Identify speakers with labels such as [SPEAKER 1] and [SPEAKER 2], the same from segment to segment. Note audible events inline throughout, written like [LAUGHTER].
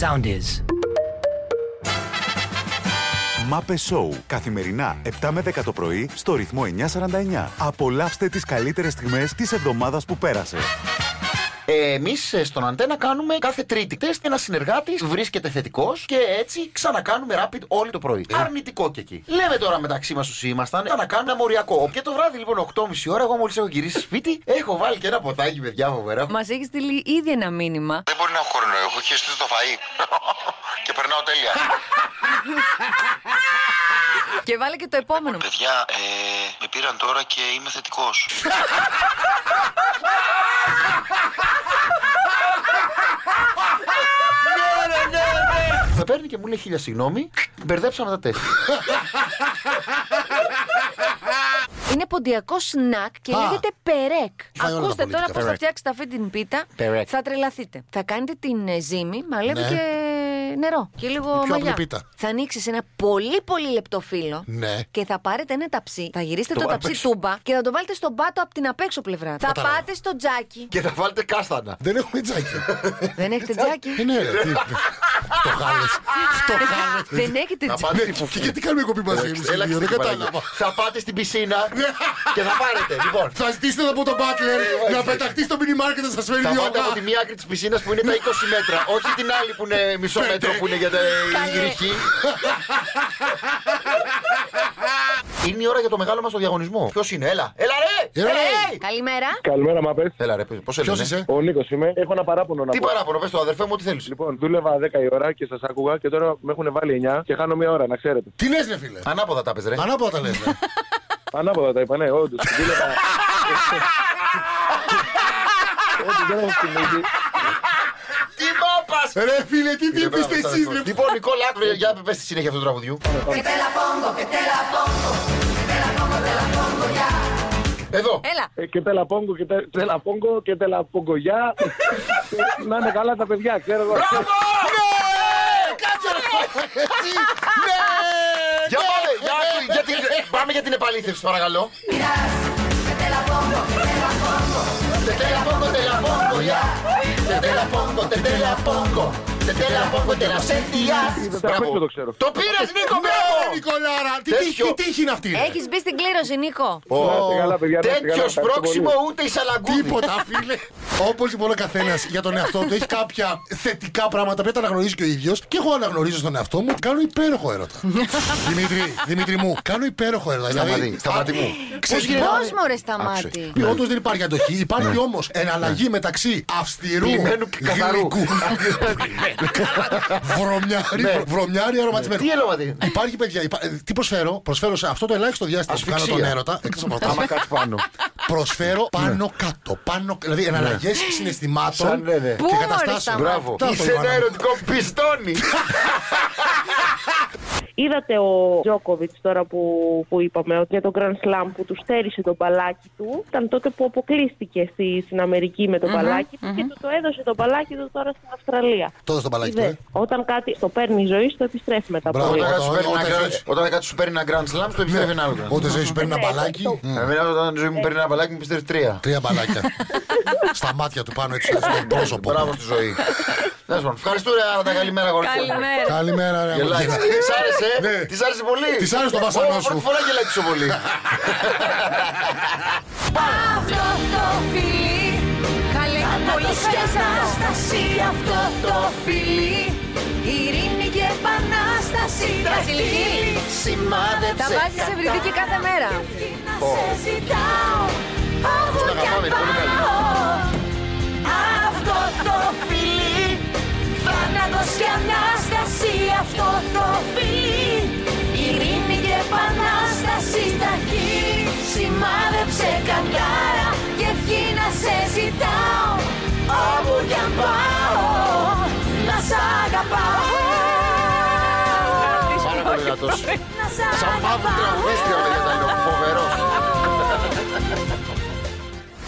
[SPEAKER 1] Sound is.
[SPEAKER 2] Μάπε Σόου. Καθημερινά 7 με 10 το πρωί στο ρυθμό 949. Απολαύστε τις καλύτερες στιγμές της εβδομάδας που πέρασε.
[SPEAKER 3] Εμείς ε, στον Αντένα κάνουμε κάθε Τρίτη τεστ. Ένα συνεργάτης βρίσκεται θετικός και έτσι ξανακάνουμε rapid όλη το πρωί. Αρνητικό και εκεί. Λέμε τώρα μεταξύ μας όσοι ήμασταν θα να κάνουμε ένα μοριακό. Και το βράδυ λοιπόν 8.30 ώρα, εγώ μόλις έχω γυρίσει σπίτι, έχω βάλει και ένα ποτάκι παιδιά φοβερά.
[SPEAKER 4] Μας έχεις στείλει ήδη ένα μήνυμα.
[SPEAKER 5] Δεν μπορεί να έχω χρόνο. Έχω χειριστεί το φαΐ και περνάω τέλεια.
[SPEAKER 4] Και βάλε και το επόμενο.
[SPEAKER 5] Παιδιά, ε, με πήραν τώρα και είμαι θετικός.
[SPEAKER 3] Με παίρνει και μου λέει χίλια συγγνώμη, μπερδέψαμε τα τεστ.
[SPEAKER 4] Είναι ποντιακό σνακ και
[SPEAKER 6] Α.
[SPEAKER 4] λέγεται περέκ.
[SPEAKER 6] Φάει όλα τα
[SPEAKER 4] Ακούστε τώρα
[SPEAKER 6] πολιτικά.
[SPEAKER 4] πώς θα
[SPEAKER 3] Περέκ.
[SPEAKER 4] φτιάξετε αυτή την πίτα.
[SPEAKER 3] Περέκ.
[SPEAKER 4] Θα τρελαθείτε. Θα κάνετε την ε, ζύμη, μαλεύει
[SPEAKER 6] Ναι.
[SPEAKER 4] και νερό. Και λίγο
[SPEAKER 6] Η πιο απλή
[SPEAKER 4] μαλλιά.
[SPEAKER 6] πίτα.
[SPEAKER 4] Θα ανοίξεις ένα πολύ πολύ λεπτό φύλλο.
[SPEAKER 6] Ναι.
[SPEAKER 4] Και θα πάρετε ένα ταψί. Θα γυρίσετε
[SPEAKER 3] Το
[SPEAKER 4] το,
[SPEAKER 3] απ'
[SPEAKER 4] ταψί
[SPEAKER 3] έξω.
[SPEAKER 4] τούμπα και θα το βάλετε στον πάτο από την απέξω πλευρά. Θα
[SPEAKER 6] Κατάλαβα.
[SPEAKER 4] πάτε στο τζάκι.
[SPEAKER 3] [LAUGHS] και θα βάλετε κάστανα.
[SPEAKER 6] Δεν έχουμε
[SPEAKER 3] [LAUGHS]
[SPEAKER 6] τζάκι.
[SPEAKER 4] Δεν έχετε τζάκι.
[SPEAKER 6] Ε, ναι, ρε. τι- Το χάλε. Το χάλες.
[SPEAKER 4] Δεν έχετε
[SPEAKER 3] Να
[SPEAKER 4] τζάκι.
[SPEAKER 3] πάτε στη
[SPEAKER 6] Ναι,
[SPEAKER 3] φουφού.
[SPEAKER 6] και γιατί κάνουμε κοπή
[SPEAKER 3] Ε,
[SPEAKER 6] μαζί μου,
[SPEAKER 3] Έλα,
[SPEAKER 6] Σιλβίο, δεν
[SPEAKER 3] στην
[SPEAKER 6] κατάλαβα.
[SPEAKER 3] Παναγία. Θα πάτε στην [LAUGHS] πισίνα και θα πάρετε. Λοιπόν, Ε,
[SPEAKER 6] [LAUGHS] Θα ζητήσετε από τον Μπάτλερ να πεταχτεί στο μινι μάρκετ να σας φέρει
[SPEAKER 3] θα
[SPEAKER 6] δύο
[SPEAKER 3] πάτε από τη
[SPEAKER 6] γά.
[SPEAKER 3] μία άκρη της πισίνας που είναι τα 20
[SPEAKER 6] [LAUGHS]
[SPEAKER 3] μέτρα. Όχι την άλλη που είναι μισό μέτρο που είναι για τα
[SPEAKER 4] Καλέ.
[SPEAKER 3] γυρική. Είναι η ώρα για το μεγάλο μας το διαγωνισμό. Ποιος είναι, έλα, έλα ρε!
[SPEAKER 6] Έλα,
[SPEAKER 3] Έλα
[SPEAKER 6] ρε.
[SPEAKER 3] ρε!
[SPEAKER 4] Καλημέρα.
[SPEAKER 7] Καλημέρα, μα πες.
[SPEAKER 3] Έλα ρε, πώ
[SPEAKER 6] Ποιο
[SPEAKER 3] έλεγε.
[SPEAKER 6] είσαι,
[SPEAKER 7] Ο Νίκος είμαι. Έχω ένα παράπονο να
[SPEAKER 3] Τι
[SPEAKER 7] πω.
[SPEAKER 3] παράπονο, πες το αδερφέ μου, τι θέλεις.
[SPEAKER 7] Λοιπόν, δούλευα 10 η ώρα και σας άκουγα και τώρα με έχουν βάλει 9 και χάνω μία ώρα, να ξέρετε.
[SPEAKER 6] τι λες, ρε φίλε.
[SPEAKER 3] Ανάποδα τα πες ρε.
[SPEAKER 6] Ανάποδα τα λες, ε.
[SPEAKER 3] [LAUGHS]
[SPEAKER 6] ρε.
[SPEAKER 7] Ανάποδα τα είπα, ναι, όντως. Δούλευα. Ό,τι δεν έχω θυμίσει.
[SPEAKER 3] Τι μάπα!
[SPEAKER 6] Ρε φίλε, τι τύπη είστε εσεί, ρε.
[SPEAKER 3] Λοιπόν, Νικόλα, άκου, για πες τη συνέχεια αυτού του τραγουδιού. Εδώ.
[SPEAKER 4] Έλα.
[SPEAKER 7] Ε, Και τελαπόγκο και τε- τελαπόγκο και τελαπογκογιά. Να είναι καλά τα παιδιά, ξέρω εγώ.
[SPEAKER 3] Ναι, Για πάμε, για άκου, για την- πάμε για την επαλήθευση, παρακαλώ. Τελαπόγκο, τελαπόγκο, για. Τελαπόγκο, τελαπόγκο. Τελαπόγκο, τελαψέτια.
[SPEAKER 7] τα
[SPEAKER 3] Μπράβο.
[SPEAKER 7] παίξω, το ξέρω.
[SPEAKER 3] Το πήρες, Νίκο,
[SPEAKER 6] Μπράβο,
[SPEAKER 3] μπράβο.
[SPEAKER 6] Ναι, Νικολάρα. Τι
[SPEAKER 3] Τέτοιο.
[SPEAKER 6] τύχη- Τι τύχη είναι αυτή, ρε.
[SPEAKER 4] Έχεις μπει στην κλήρωση, Νίκο.
[SPEAKER 7] Να είστε καλά, παιδιά, να είστε καλά.
[SPEAKER 3] Τέτοιος
[SPEAKER 7] Ευχαριστώ
[SPEAKER 3] πρόξιμο
[SPEAKER 7] πολύ.
[SPEAKER 3] ούτε η σαλαγκούδη.
[SPEAKER 6] Τίποτα, φίλε. Όπως λοιπόν ο καθένας για τον εαυτό του έχει κάποια θετικά πράγματα που τα αναγνωρίζει και ο ίδιος. Και εγώ αναγνωρίζω στον εαυτό μου ότι κάνω υπέροχο [LAUGHS] έρωτα. Δημήτρη, Δημήτρη μου, κάνω υπέροχο έρωτα. Δηλαδή,
[SPEAKER 3] Σταματή, σταματή μου.
[SPEAKER 6] Ξέρεις
[SPEAKER 4] Πώς μωρέ σταμάτη.
[SPEAKER 6] Όντως δεν υπάρχει αντοχή. Υπάρχει όμως εναλλαγή μεταξύ αυστηρού
[SPEAKER 3] Ναι. Πλημμένου και καθαρού.
[SPEAKER 6] γλυκού.
[SPEAKER 3] [LAUGHS]
[SPEAKER 6] Βρωμιάρι- Βρωμιάρι αρωματισμένου.
[SPEAKER 3] Ναι. Τι έλαβατε.
[SPEAKER 6] Υπάρχει, παιδιά, υπά- ε, τι προσφέρω. Προσφέρω σε αυτό το ελάχιστο διάστημα που κάνω
[SPEAKER 3] Ασφυξία.
[SPEAKER 6] τον έρωτα. Εκτός από αυτά,
[SPEAKER 3] Άμα κάτσει πάνω. Ναι.
[SPEAKER 6] προσφέρω πάνω κάτω. Πάνω, δηλαδή εναλλαγές συναισθημάτων
[SPEAKER 3] Σαν, ναι, ναι.
[SPEAKER 4] Πού,
[SPEAKER 6] και
[SPEAKER 4] μωρέ,
[SPEAKER 6] καταστάσεων.
[SPEAKER 4] σταμάτη.
[SPEAKER 3] Μπράβο.
[SPEAKER 6] Τα
[SPEAKER 3] Είσαι
[SPEAKER 6] το
[SPEAKER 3] ένα
[SPEAKER 6] είπα.
[SPEAKER 3] ερωτικό πιστόνι.
[SPEAKER 8] Είδατε ο Τζόκοβιτ τώρα που, που είπαμε ότι για το Grand Slam που τους στέρισε το μπαλάκι του. Ήταν τότε που αποκλείστηκε στη, στην Αμερική με το μπαλάκι του και του το έδωσε το μπαλάκι του τώρα στην Αυστραλία.
[SPEAKER 6] Τότε στο
[SPEAKER 4] Ναι.
[SPEAKER 6] μπαλάκι του.
[SPEAKER 8] Είδες,
[SPEAKER 6] ε.
[SPEAKER 8] Όταν κάτι το παίρνει η ζωή, το επιστρέφει μετά από
[SPEAKER 6] Μπράβο.
[SPEAKER 8] λίγο.
[SPEAKER 3] Όταν κάτι
[SPEAKER 6] Όταν-
[SPEAKER 3] σου παίρνει
[SPEAKER 6] όταν
[SPEAKER 3] ένα grand-
[SPEAKER 6] ζεις.
[SPEAKER 3] Όταν κάτι σου παίρνει ένα grand slam, το επιστρέφει ένα άλλο. grand slam.
[SPEAKER 6] Όταν ζωή σου παίρνει ένα
[SPEAKER 8] Ναι,
[SPEAKER 6] μπαλάκι.
[SPEAKER 8] αυτό.
[SPEAKER 3] Εμένα όταν η ζωή μου παίρνει ένα μπαλάκι μου πιστεύει τρία.
[SPEAKER 6] Τρία
[SPEAKER 4] [LAUGHS]
[SPEAKER 6] μπαλάκια. Στα μάτια του πάνω έτσι
[SPEAKER 4] Ναι.
[SPEAKER 6] στο πρόσωπο.
[SPEAKER 3] Μπράβο στη ζωή. Να σου πω, Ευχαριστούμε τα καλημέρα κορίτσια.
[SPEAKER 4] Καλημέρα.
[SPEAKER 6] Καλημέρα, ρε.
[SPEAKER 3] Γελάει.
[SPEAKER 6] αμαρτήρα.
[SPEAKER 3] Της άρεσε, ε?
[SPEAKER 6] Ναι.
[SPEAKER 3] της άρεσε πολύ.
[SPEAKER 6] Της άρεσε το βασανό
[SPEAKER 3] Ω,
[SPEAKER 6] σου.
[SPEAKER 3] Πρώτη φορά γελάει τόσο πολύ.
[SPEAKER 4] Αυτό το φιλί Καλέ, πολύ κατάσταση Αυτό το φιλί Ειρήνη και επανάσταση Βασιλική
[SPEAKER 3] Σημάδεψε.
[SPEAKER 4] Τα βάζεις σε βρυδική κάθε μέρα
[SPEAKER 3] Ω. Στα αγαπάμε, είναι πολύ καλό.
[SPEAKER 4] Αυτό το φιλί Θάνατος και Ανάσταση Αυτό το φιλί Ειρήνη και Επανάσταση Στα χείλη Σημάδεψε καντάρα Και ευχή να σε ζητάω Όπου κι αν πάω Να σ' αγαπάω
[SPEAKER 3] Πάρα πολύ δυνατός.
[SPEAKER 4] Να σ'
[SPEAKER 3] Σαν παύλο
[SPEAKER 4] αγαπάω
[SPEAKER 3] τραγουδίστρια, παιδιά, ήταν φοβερός.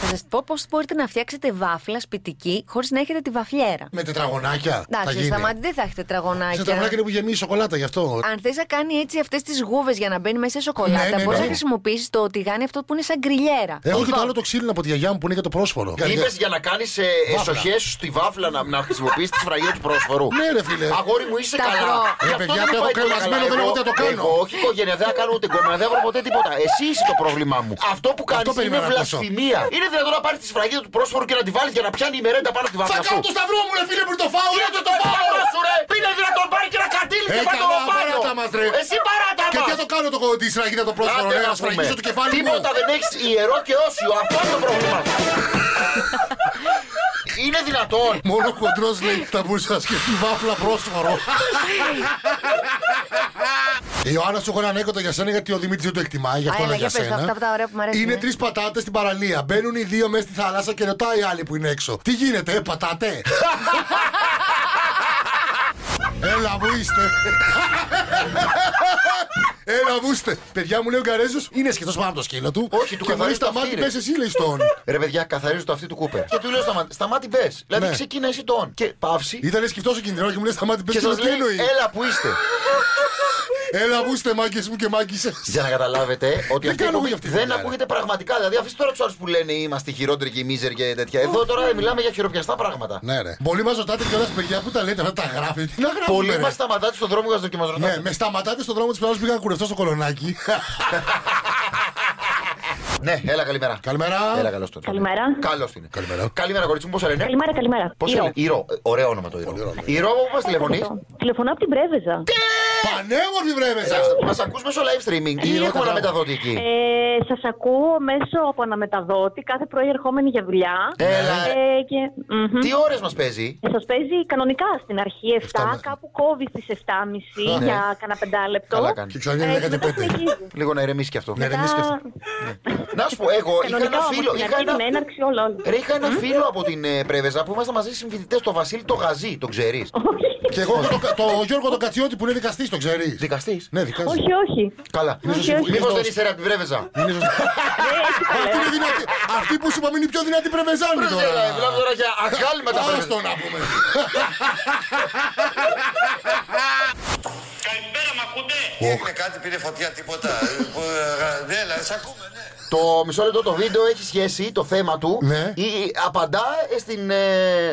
[SPEAKER 4] Θα θα σας πω πώς μπορείτε να φτιάξετε βάφλα σπιτική χωρίς να έχετε τη βαφλιέρα.
[SPEAKER 6] Με τετραγωνάκια. θα
[SPEAKER 4] Εντάξει,
[SPEAKER 6] γίνει.
[SPEAKER 4] στα μάτια δεν θα έχετε
[SPEAKER 6] Σε
[SPEAKER 4] τετραγωνάκια.
[SPEAKER 6] τετραγωνάκια είναι που γεμίζει σοκολάτα γι' αυτό.
[SPEAKER 4] Αν θες να κάνει έτσι αυτές τις γούβες για να μπαίνει μέσα σοκολάτα,
[SPEAKER 6] Ναι, ναι,
[SPEAKER 4] μπορείς
[SPEAKER 6] ναι.
[SPEAKER 4] να χρησιμοποιήσεις το τηγάνι αυτό που είναι σαν γκριλιέρα.
[SPEAKER 6] Έχω και το άλλο το ξύλινο από τη γιαγιά μου που είναι για το πρόσφορο.
[SPEAKER 3] Είπες για να κάνεις
[SPEAKER 6] Βάφλα.
[SPEAKER 3] εσοχές σου στη βάφλα να, να χρησιμοποιήσεις τη σφραγίδα του πρόσφορου.
[SPEAKER 6] Ναι, ρε φίλε.
[SPEAKER 3] Αγόρι μου είσαι
[SPEAKER 4] Σταυρό.
[SPEAKER 3] καλά.
[SPEAKER 4] Ε,
[SPEAKER 3] Γι' αυτό
[SPEAKER 6] παιδιά,
[SPEAKER 3] δεν μου
[SPEAKER 6] το έχω
[SPEAKER 3] πάει τόσο
[SPEAKER 6] κρεμασμένο,
[SPEAKER 3] καλά.
[SPEAKER 6] δεν έχω
[SPEAKER 3] Εγώ-
[SPEAKER 6] ούτε το κάνω.
[SPEAKER 3] Εγώ όχι οικογένεια, δεν θα κάνω ούτε γκόμενα, δεν βρω ποτέ τίποτα. Εσύ είσαι το πρόβλημά μου. Αυτό που κάνεις είναι
[SPEAKER 6] περίμενα να ακούσω.
[SPEAKER 3] βλασφημία. Είναι δυνατόν να πάρει τη σφραγίδα του πρόσφορου και να τη βάλεις για να πιάνει η μερέντα πάνω από τη βάφλα
[SPEAKER 6] Θα
[SPEAKER 3] σου.
[SPEAKER 6] κάνω το σταυρό μου, ρε φίλε, πριν το φάω.
[SPEAKER 3] Κοίτα
[SPEAKER 6] Ρε,
[SPEAKER 3] το
[SPEAKER 6] το φάω.
[SPEAKER 3] πάνω σου, ρε! Είναι δυνατόν πάρει και ένα κατήλι
[SPEAKER 6] Ε,
[SPEAKER 3] και πάει το
[SPEAKER 6] καλά,
[SPEAKER 3] πάνω!
[SPEAKER 6] παράτα μας, ρε.
[SPEAKER 3] Εσύ παράτα
[SPEAKER 6] Και τι
[SPEAKER 3] μας.
[SPEAKER 6] θα το κάνω το τη σφραγίδα το πρόσφορο,
[SPEAKER 3] Άντε
[SPEAKER 6] ρε,
[SPEAKER 3] να
[SPEAKER 6] να σφραγίσω
[SPEAKER 3] πούμε.
[SPEAKER 6] το κεφάλι μου.
[SPEAKER 3] Τίποτα δεν έχεις ιερό και όσιο. Αυτό είναι το πρόβλημα. Είναι δυνατόν.
[SPEAKER 6] Μόνο κοντρός λέει θα μπορούσε να σκεφτεί βάφλα πρόσφορο. Η Ιωάννα, σου έχω έναν έκοτο για σένα γιατί ο Δημήτρης δεν το εκτιμάει, γι' αυτό
[SPEAKER 4] Α,
[SPEAKER 6] λέω
[SPEAKER 4] έλα,
[SPEAKER 6] για
[SPEAKER 4] για πες,
[SPEAKER 6] σένα.
[SPEAKER 4] αυτά από τα ωραία που μ' αρέσουν,
[SPEAKER 6] Είναι
[SPEAKER 4] ε.
[SPEAKER 6] τρεις πατάτες στην παραλία. Μπαίνουν οι δύο μέσα στη θάλασσα και ρωτάει η άλλη που είναι έξω. Τι γίνεται, ε, πατάτε. Έλα, μου είστε. Έλα, μου είστε. Παιδιά μου λέει ο Γκαρέζος είναι σχεδόν πάνω από το σκύλο του.
[SPEAKER 3] Όχι, του
[SPEAKER 6] και μου λέει
[SPEAKER 3] καθαρίζει τα
[SPEAKER 6] στα μάτια
[SPEAKER 3] αυτοί, ρε.
[SPEAKER 6] πες εσύ, λέει στον.
[SPEAKER 3] Ρε παιδιά, καθαρίζω το αυτή του Κούπερ. Και του λέω στα μάτια, στα μάτια μπε. Δηλαδή
[SPEAKER 6] Ναι.
[SPEAKER 3] ξεκινάει εσύ τον. Και παύση.
[SPEAKER 6] Ήταν σκυφτό ο κινητήρα και μου λέει στα μάτια
[SPEAKER 3] Και
[SPEAKER 6] πες
[SPEAKER 3] σα
[SPEAKER 6] μου τι
[SPEAKER 3] λέει,
[SPEAKER 6] εννοείς.
[SPEAKER 3] έλα που είστε.
[SPEAKER 6] Έλα, μου είστε μάγκες μου και μάγκησες.
[SPEAKER 3] Για να καταλάβετε ότι
[SPEAKER 6] Δεν
[SPEAKER 3] αυτή η
[SPEAKER 6] κάνω
[SPEAKER 3] εκπομπή
[SPEAKER 6] εγώ αυτή τη
[SPEAKER 3] δεν
[SPEAKER 6] δουλειά, ρε.
[SPEAKER 3] ακούγεται πραγματικά. Δηλαδή, αφήστε τώρα τους άλλους που λένε είμαστε χειρότεροι και οι μίζερ και τέτοια. Εδώ τώρα μιλάμε για χειροπιαστά πράγματα.
[SPEAKER 6] Ναι, ρε. Πολλοί μας ρωτάτε κιόλας, παιδιά, που τα λέτε αυτά, τα γράφετε. Τι να γράφετε.
[SPEAKER 3] Πολλοί μας σταματάτε στον δρόμο και μας
[SPEAKER 6] Ναι,
[SPEAKER 3] ρωτάτε.
[SPEAKER 6] με σταματάτε στον δρόμο τη πλάνα που πήγα να κουρευτώ στο [LAUGHS] κολονάκι.
[SPEAKER 3] Ναι, έλα καλημέρα.
[SPEAKER 6] Καλημέρα.
[SPEAKER 3] Έλα, καλώς τον.
[SPEAKER 8] Καλημέρα.
[SPEAKER 3] Καλώς την.
[SPEAKER 6] Καλημέρα.
[SPEAKER 3] Καλημέρα, κορίτσι μου, πώς λένε.
[SPEAKER 8] Καλημέρα, καλημέρα.
[SPEAKER 3] Πώς
[SPEAKER 8] Ηρώ.
[SPEAKER 3] λένε. Ηρώ. Ε, Ωραίο όνομα το
[SPEAKER 6] Πολύ
[SPEAKER 3] Ηρώ.
[SPEAKER 6] ωραίο.
[SPEAKER 3] Ηρώ, πού μα τηλεφωνεί.
[SPEAKER 8] Τηλεφωνώ από την Πρέβεζα.
[SPEAKER 6] Πανέμορφη βρέμεσα.
[SPEAKER 3] Μα ακού μέσω live streaming ή
[SPEAKER 6] Ηρώ,
[SPEAKER 3] έχουμε ένα
[SPEAKER 6] κατάλαβα.
[SPEAKER 3] μεταδότη εκεί.
[SPEAKER 8] Ε, Σας ακούω μέσω από αναμεταδότη κάθε πρωί ερχόμενη για δουλειά.
[SPEAKER 3] Έλα.
[SPEAKER 8] Ε, και... μμμ.
[SPEAKER 3] Ναι. Τι ώρες μας παίζει.
[SPEAKER 8] Σας παίζει κανονικά στην αρχή 7,
[SPEAKER 6] Εφτά μέχρι.
[SPEAKER 8] κάπου κόβει στις 7.30
[SPEAKER 3] Ναι.
[SPEAKER 8] για κανένα πεντάλεπτο.
[SPEAKER 3] Καλά
[SPEAKER 6] Και
[SPEAKER 3] κάνει.
[SPEAKER 6] ξανά
[SPEAKER 8] Ε,
[SPEAKER 6] είναι
[SPEAKER 8] και
[SPEAKER 6] 15.
[SPEAKER 8] μετά συνεχίζει.
[SPEAKER 3] Λίγο να ηρεμήσει και αυτό.
[SPEAKER 6] Ναι, ρε, εμεί και αυτό.
[SPEAKER 8] Τα-
[SPEAKER 3] Να σου πω, εγώ είχα
[SPEAKER 8] Κανονικά
[SPEAKER 3] ένα
[SPEAKER 8] όμως,
[SPEAKER 3] φίλο.
[SPEAKER 8] στην
[SPEAKER 3] Είχα
[SPEAKER 8] αρχή
[SPEAKER 3] ένα...
[SPEAKER 8] την έναρξη όλα όλα.
[SPEAKER 3] Ρε, είχα ένα φίλο από την ε, Πρέβεζα που ήμασταν μαζί συμφοιτητές, το Βασίλη το Γαζί, τον ξέρεις.
[SPEAKER 6] Και εγώ έχω το, το Γιώργο τον Κατσιώτη που είναι δικαστής, τον ξέρεις.
[SPEAKER 3] Δικαστής.
[SPEAKER 6] Ναι, δικαστής.
[SPEAKER 8] Όχι, όχι.
[SPEAKER 3] Καλά.
[SPEAKER 8] Όχι, όχι.
[SPEAKER 3] Μήπως δεν είσαι ρε, από την Πρέβεζα.
[SPEAKER 8] Ε,
[SPEAKER 6] Αυτή είναι δυνατή. Αυτή που σου είπαμε είναι η πιο δυνατή πρεβεζάνη
[SPEAKER 3] Ρε,
[SPEAKER 6] τώρα.
[SPEAKER 3] Μιλάμε ε, τώρα
[SPEAKER 8] [LAUGHS]
[SPEAKER 3] για αγάλματα
[SPEAKER 6] Άρα
[SPEAKER 3] Πρέβεζα.
[SPEAKER 6] στο να πούμε.
[SPEAKER 1] Καλημέρα, μ' ακούτε.
[SPEAKER 5] Έγινε κάτι, πήρε φωτιά, τίποτα. Ε, που, ε, Ναι, αλλά σε ακούμε, ναι.
[SPEAKER 3] Το μισό λεπτό το βίντεο έχει σχέση, το θέμα του,
[SPEAKER 6] Ναι.
[SPEAKER 3] ή, ή απαντά ε, στην, ε,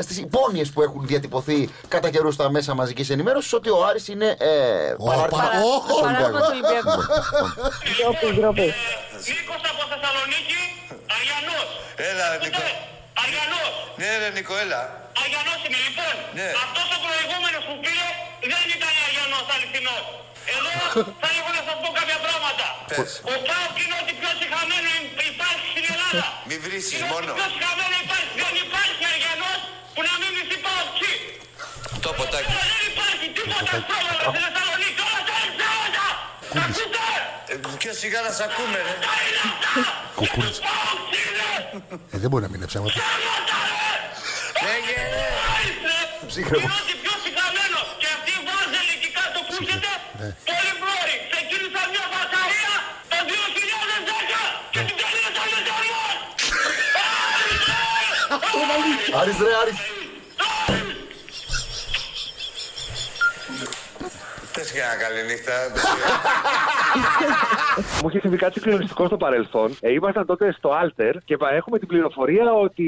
[SPEAKER 3] στις υπόνοιες που έχουν διατυπωθεί κατά καιρού στα μέσα μαζικής ενημέρωσης ότι ο Άρης είναι ε,
[SPEAKER 6] Ω,
[SPEAKER 3] παράρτημα
[SPEAKER 6] παρα- Ω,
[SPEAKER 3] του
[SPEAKER 4] Παράδειγμα του
[SPEAKER 3] Ολυμπιακού.
[SPEAKER 4] Ολυμπιακού.
[SPEAKER 8] Ντροπή, ντροπή.
[SPEAKER 1] Νίκος από Θεσσαλονίκη, Αριανός.
[SPEAKER 5] Έλα, ρε, Νικό.
[SPEAKER 1] Ακούτε, Αριανός.
[SPEAKER 5] Ναι, ρε, Νικό, έλα.
[SPEAKER 1] Αριανός είμαι, λοιπόν.
[SPEAKER 5] Ναι.
[SPEAKER 1] Αυτός ο προηγούμενος που πήρε δεν ήταν Αριανός αληθινός.
[SPEAKER 5] [LAUGHS]
[SPEAKER 1] Εδώ θα έχω να σας πω κάποια πράγματα.
[SPEAKER 5] Πες.
[SPEAKER 1] Ο Πάοκ είναι ότι πιο συχαμένο υπάρχει στην Ελλάδα.
[SPEAKER 5] Μη βρίσεις
[SPEAKER 1] Είναι
[SPEAKER 5] μόνο.
[SPEAKER 1] ότι πιο συχαμένο υπάρχει. Δεν υπάρχει Αριανός που να μην μισεί Πάοκ.
[SPEAKER 5] Το ποτάκι.
[SPEAKER 1] Δεν υπάρχει τίποτα στο άλλο. Στη Θεσσαλονίκη όλα τα είναι όλα. Ακούτε.
[SPEAKER 5] Ε, Πιο σιγά να σε ακούμε, ρε.
[SPEAKER 6] Κουκούριτσα. Ε, δεν μπορεί να μην είναι ψέματα.
[SPEAKER 5] Λέγε, ρε.
[SPEAKER 1] Είναι ότι πιο συγχαμένο και αυτή η βάζελη εκεί κάτω που έρχεται
[SPEAKER 6] Ναι.
[SPEAKER 1] πολύ πλώρη. Ξεκίνησα μια βαταρία το 2010 και την τελείωσα με το Λόρ.
[SPEAKER 3] Άρης ρε, Άρης.
[SPEAKER 5] Πες και ένα καλή νύχτα.
[SPEAKER 7] Μου είχε συμβεί κάτι συγκλονιστικό στο παρελθόν. Ε, ήμασταν τότε στο Alter και πα- έχουμε την πληροφορία ότι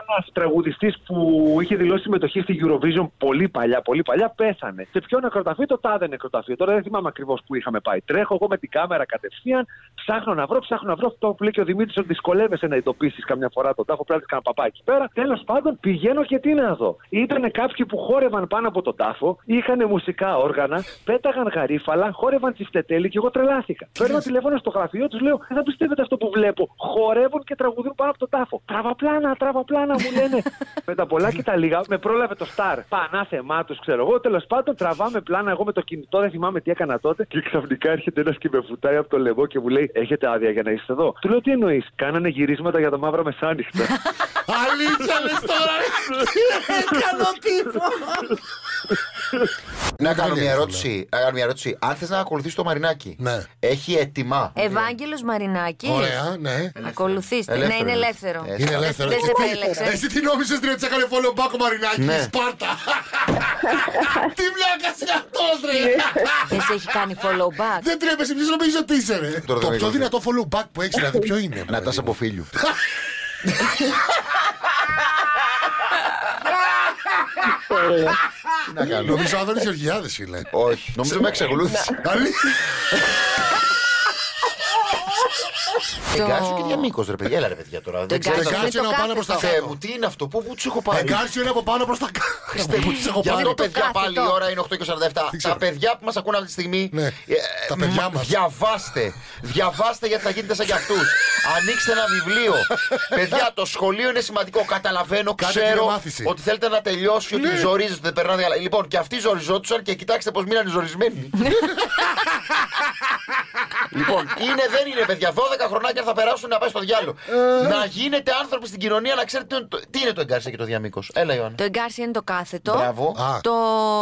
[SPEAKER 7] ένας τραγουδιστής που είχε δηλώσει συμμετοχή στη Eurovision πολύ παλιά, πολύ παλιά, πέθανε. Σε ποιο νεκροταφείο, το τάδε νεκροταφείο. Τώρα δεν θυμάμαι ακριβώς που είχαμε πάει. Τρέχω εγώ με την κάμερα κατευθείαν, ψάχνω να βρω, ψάχνω να βρω αυτό που λέει και ο Δημήτρης ότι δυσκολεύεσαι να ειδοποιήσεις καμιά φορά τον τάφο. Πρέπει να κάνεις κανένα παπά εκεί πέρα. Τέλος πάντων, πηγαίνω και τι να δω. Ήταν κάποιοι που χόρευαν πάνω από τον τάφο, είχαν μουσικά όργανα, πέταγαν γαρίφαλα, χόρευαν τσιφτετέλη και εγώ τρελάθηκα. Παίρνω τηλέφωνο στο γραφείο, τους λέω: Δεν θα πιστεύετε αυτό που βλέπω. Χορεύουν και τραγουδούν πάνω από τον τάφο. Τραβαπλάνα, τραβαπλάνα μου [LAUGHS] λένε. με τα πολλά και τα λίγα, με πρόλαβε το στάρ. Πανάθεμά τους, ξέρω εγώ. Τέλος πάντων, τραβάμε πλάνα εγώ με το κινητό, δεν θυμάμαι τι έκανα τότε. Και ξαφνικά έρχεται ένας και με βουτάει από το λαιμό και μου λέει: Έχετε άδεια για να είστε εδώ. Του λέω: Τι εννοείς, κάνανε γυρίσματα για το μαύρο [LAUGHS] μεσάνυχτα.
[SPEAKER 6] Αλήθεια λες τώρα, ρε. Τι Έκανε ο τύπος.
[SPEAKER 3] Να κάνω
[SPEAKER 6] δεν
[SPEAKER 3] μια
[SPEAKER 6] είναι
[SPEAKER 3] ερώτηση. Να κάνω μια ερώτηση. Αν θες να ακολουθήσει το Μαρινάκι,
[SPEAKER 6] Ναι.
[SPEAKER 3] έχει έτοιμα.
[SPEAKER 4] Ευάγγελος Μαρινάκης.
[SPEAKER 6] Ωραία, ναι.
[SPEAKER 4] Ακολουθήστε. Ναι,
[SPEAKER 3] Ελεύθερο
[SPEAKER 4] είναι
[SPEAKER 3] είναι.
[SPEAKER 4] ελεύθερο.
[SPEAKER 3] Ε,
[SPEAKER 6] Είναι ελεύθερο.
[SPEAKER 4] Δεν σε
[SPEAKER 6] Τι-
[SPEAKER 4] επέλεξες.
[SPEAKER 6] Εσύ τι νόμιζες ότι έτσι έκανε follow back ο Μαρινάκης.
[SPEAKER 3] Ναι.
[SPEAKER 4] [LAUGHS]
[SPEAKER 6] Σπάρτα. Τι βλάκας είναι αυτός, ρε.
[SPEAKER 4] Ναι. Δεν σε έχει κάνει follow back.
[SPEAKER 6] Δεν τρέπεσαι, ποιο νομίζεις ότι είσαι, ρε.
[SPEAKER 3] Τώρα
[SPEAKER 6] Το
[SPEAKER 3] δεν
[SPEAKER 6] πιο
[SPEAKER 3] έκανα.
[SPEAKER 6] δυνατό follow back που έχεις, δηλαδή, ποιο είναι.
[SPEAKER 3] Να τάσαι από φίλου.
[SPEAKER 8] Τέλεια.
[SPEAKER 3] Τι να κάνω.
[SPEAKER 6] Νομίζω Άδωνης Γεωργιάδης είναι.
[SPEAKER 3] Όχι, νομίζω με εξακολούθησε. Εγκάρσιο και διαμήκο, ρε παιδιά. Έλα, ρε παιδιά τώρα. Δεν ξέρω.
[SPEAKER 4] εγκάρσιο
[SPEAKER 3] τα-
[SPEAKER 4] είναι
[SPEAKER 6] Εγκάρσιο
[SPEAKER 4] το
[SPEAKER 6] να
[SPEAKER 4] κάθε
[SPEAKER 6] πάνω προς τα
[SPEAKER 3] Θεέ
[SPEAKER 6] κάτω.
[SPEAKER 3] μου, τι είναι αυτό, πού πού τους έχω πάρει.
[SPEAKER 6] Εγκάρσιο είναι από πάνω προς τα κάτω.
[SPEAKER 4] Ε,
[SPEAKER 6] Χριστέ μου, τι έχω
[SPEAKER 3] Γι'
[SPEAKER 6] πάρει.
[SPEAKER 3] αυτό,
[SPEAKER 4] το
[SPEAKER 3] παιδιά,
[SPEAKER 4] κάθε
[SPEAKER 3] πάλι η
[SPEAKER 4] το.
[SPEAKER 3] ώρα είναι 8.47.
[SPEAKER 6] ξέρω.
[SPEAKER 3] Τα παιδιά που μας ακούνε αυτή τη στιγμή.
[SPEAKER 6] Ναι,
[SPEAKER 3] ε,
[SPEAKER 6] τα παιδιά
[SPEAKER 3] μα-
[SPEAKER 6] μας.
[SPEAKER 3] Διαβάστε. Διαβάστε γιατί θα γίνετε σαν κι αυτούς. Ανοίξτε ένα βιβλίο. παιδιά, το σχολείο είναι σημαντικό. Καταλαβαίνω,
[SPEAKER 6] Κάντε
[SPEAKER 3] ξέρω
[SPEAKER 6] την εμάθηση.
[SPEAKER 3] ότι θέλετε να τελειώσει,
[SPEAKER 4] Ναι.
[SPEAKER 3] ότι ζορίζεστε, δεν περνάτε καλά. Λοιπόν, και αυτοί ζοριζόντουσαν και κοιτάξτε πώς μείνανε ζορισμένοι. λοιπόν, είναι, δεν είναι, παιδιά. 12 χρονάκια θα περάσουν να πάει στο διάλογο.
[SPEAKER 4] Ε.
[SPEAKER 3] να γίνετε άνθρωποι στην κοινωνία, να ξέρετε τι είναι το- τι είναι το εγκάρσια και το διαμήκος. Έλα, Ιωάννη.
[SPEAKER 4] Το εγκάρσιο είναι το κάθετο.
[SPEAKER 3] Μπράβο.
[SPEAKER 6] Α.
[SPEAKER 4] Το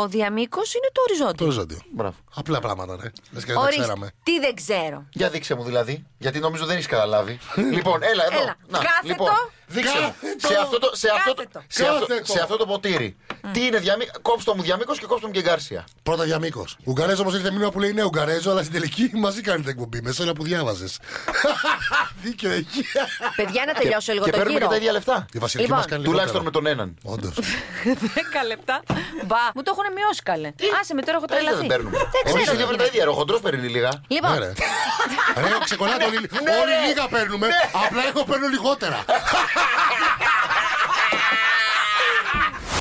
[SPEAKER 4] διαμήκο είναι το
[SPEAKER 6] Το
[SPEAKER 4] οριζόντιο.
[SPEAKER 6] οριζόντιο.
[SPEAKER 3] Μπράβο.
[SPEAKER 6] Απλά πράγματα, ρε. Λες και δεν τα
[SPEAKER 4] Ορίστε.
[SPEAKER 6] ξέραμε.
[SPEAKER 4] Τι δεν ξέρω.
[SPEAKER 3] Για δείξε μου δηλαδή, γιατί νομίζω δεν έχει [LAUGHS] καταλάβει. λοιπόν, έλα εδώ.
[SPEAKER 4] Έλα. Κάθετο.
[SPEAKER 3] λοιπόν, δείξε μου.
[SPEAKER 6] Κάθετο.
[SPEAKER 3] Σε αυτό το, σε αυτό το,
[SPEAKER 4] Κάθετο.
[SPEAKER 3] σε αυτό,
[SPEAKER 6] Κάθετο.
[SPEAKER 3] σε αυτό το ποτήρι. Τι είναι διαμήκο, κόψτε μου διαμήκος και κόψτε μου και γκάρσια.
[SPEAKER 6] Πρώτα για μήκο. Ουγγαρέζο όμω ήρθε μήνυμα που λέει ναι, Ουγγαρέζο, αλλά στην τελική μαζί κάνετε εκπομπή. Μέσα όλα που διάβαζες. [LAUGHS] Δίκιο εκεί.
[SPEAKER 4] Παιδιά, να τελειώσω λίγο
[SPEAKER 3] και
[SPEAKER 4] το
[SPEAKER 3] παίρνουμε
[SPEAKER 4] γύρο.
[SPEAKER 3] και τα ίδια λεφτά.
[SPEAKER 6] Η βασιλική
[SPEAKER 4] Λοιπόν.
[SPEAKER 6] μας κάνει
[SPEAKER 3] Τουλάχιστον με τον έναν.
[SPEAKER 6] Όντως.
[SPEAKER 4] 10 λεπτά. Μπα. Μου το έχουν μειώσει καλέ. Άσε με τώρα έχω
[SPEAKER 3] Τα ίδια
[SPEAKER 4] τρελαθεί.
[SPEAKER 3] Ε, δεν παίρνουμε.
[SPEAKER 4] Δεν
[SPEAKER 3] Εμεί τα
[SPEAKER 4] ξέρω. τι
[SPEAKER 3] ίδια παίρνουμε τα
[SPEAKER 4] γίνεται.
[SPEAKER 3] ίδια. ρε, Ο χοντρός παίρνει λίγα.
[SPEAKER 6] Ναι,
[SPEAKER 4] Λοιπόν,
[SPEAKER 6] ρε. Ρε, ξεκολλάτε όλοι. Όλοι λίγα παίρνουμε. Απλά εγώ παίρνω [LAUGHS] λιγότερα.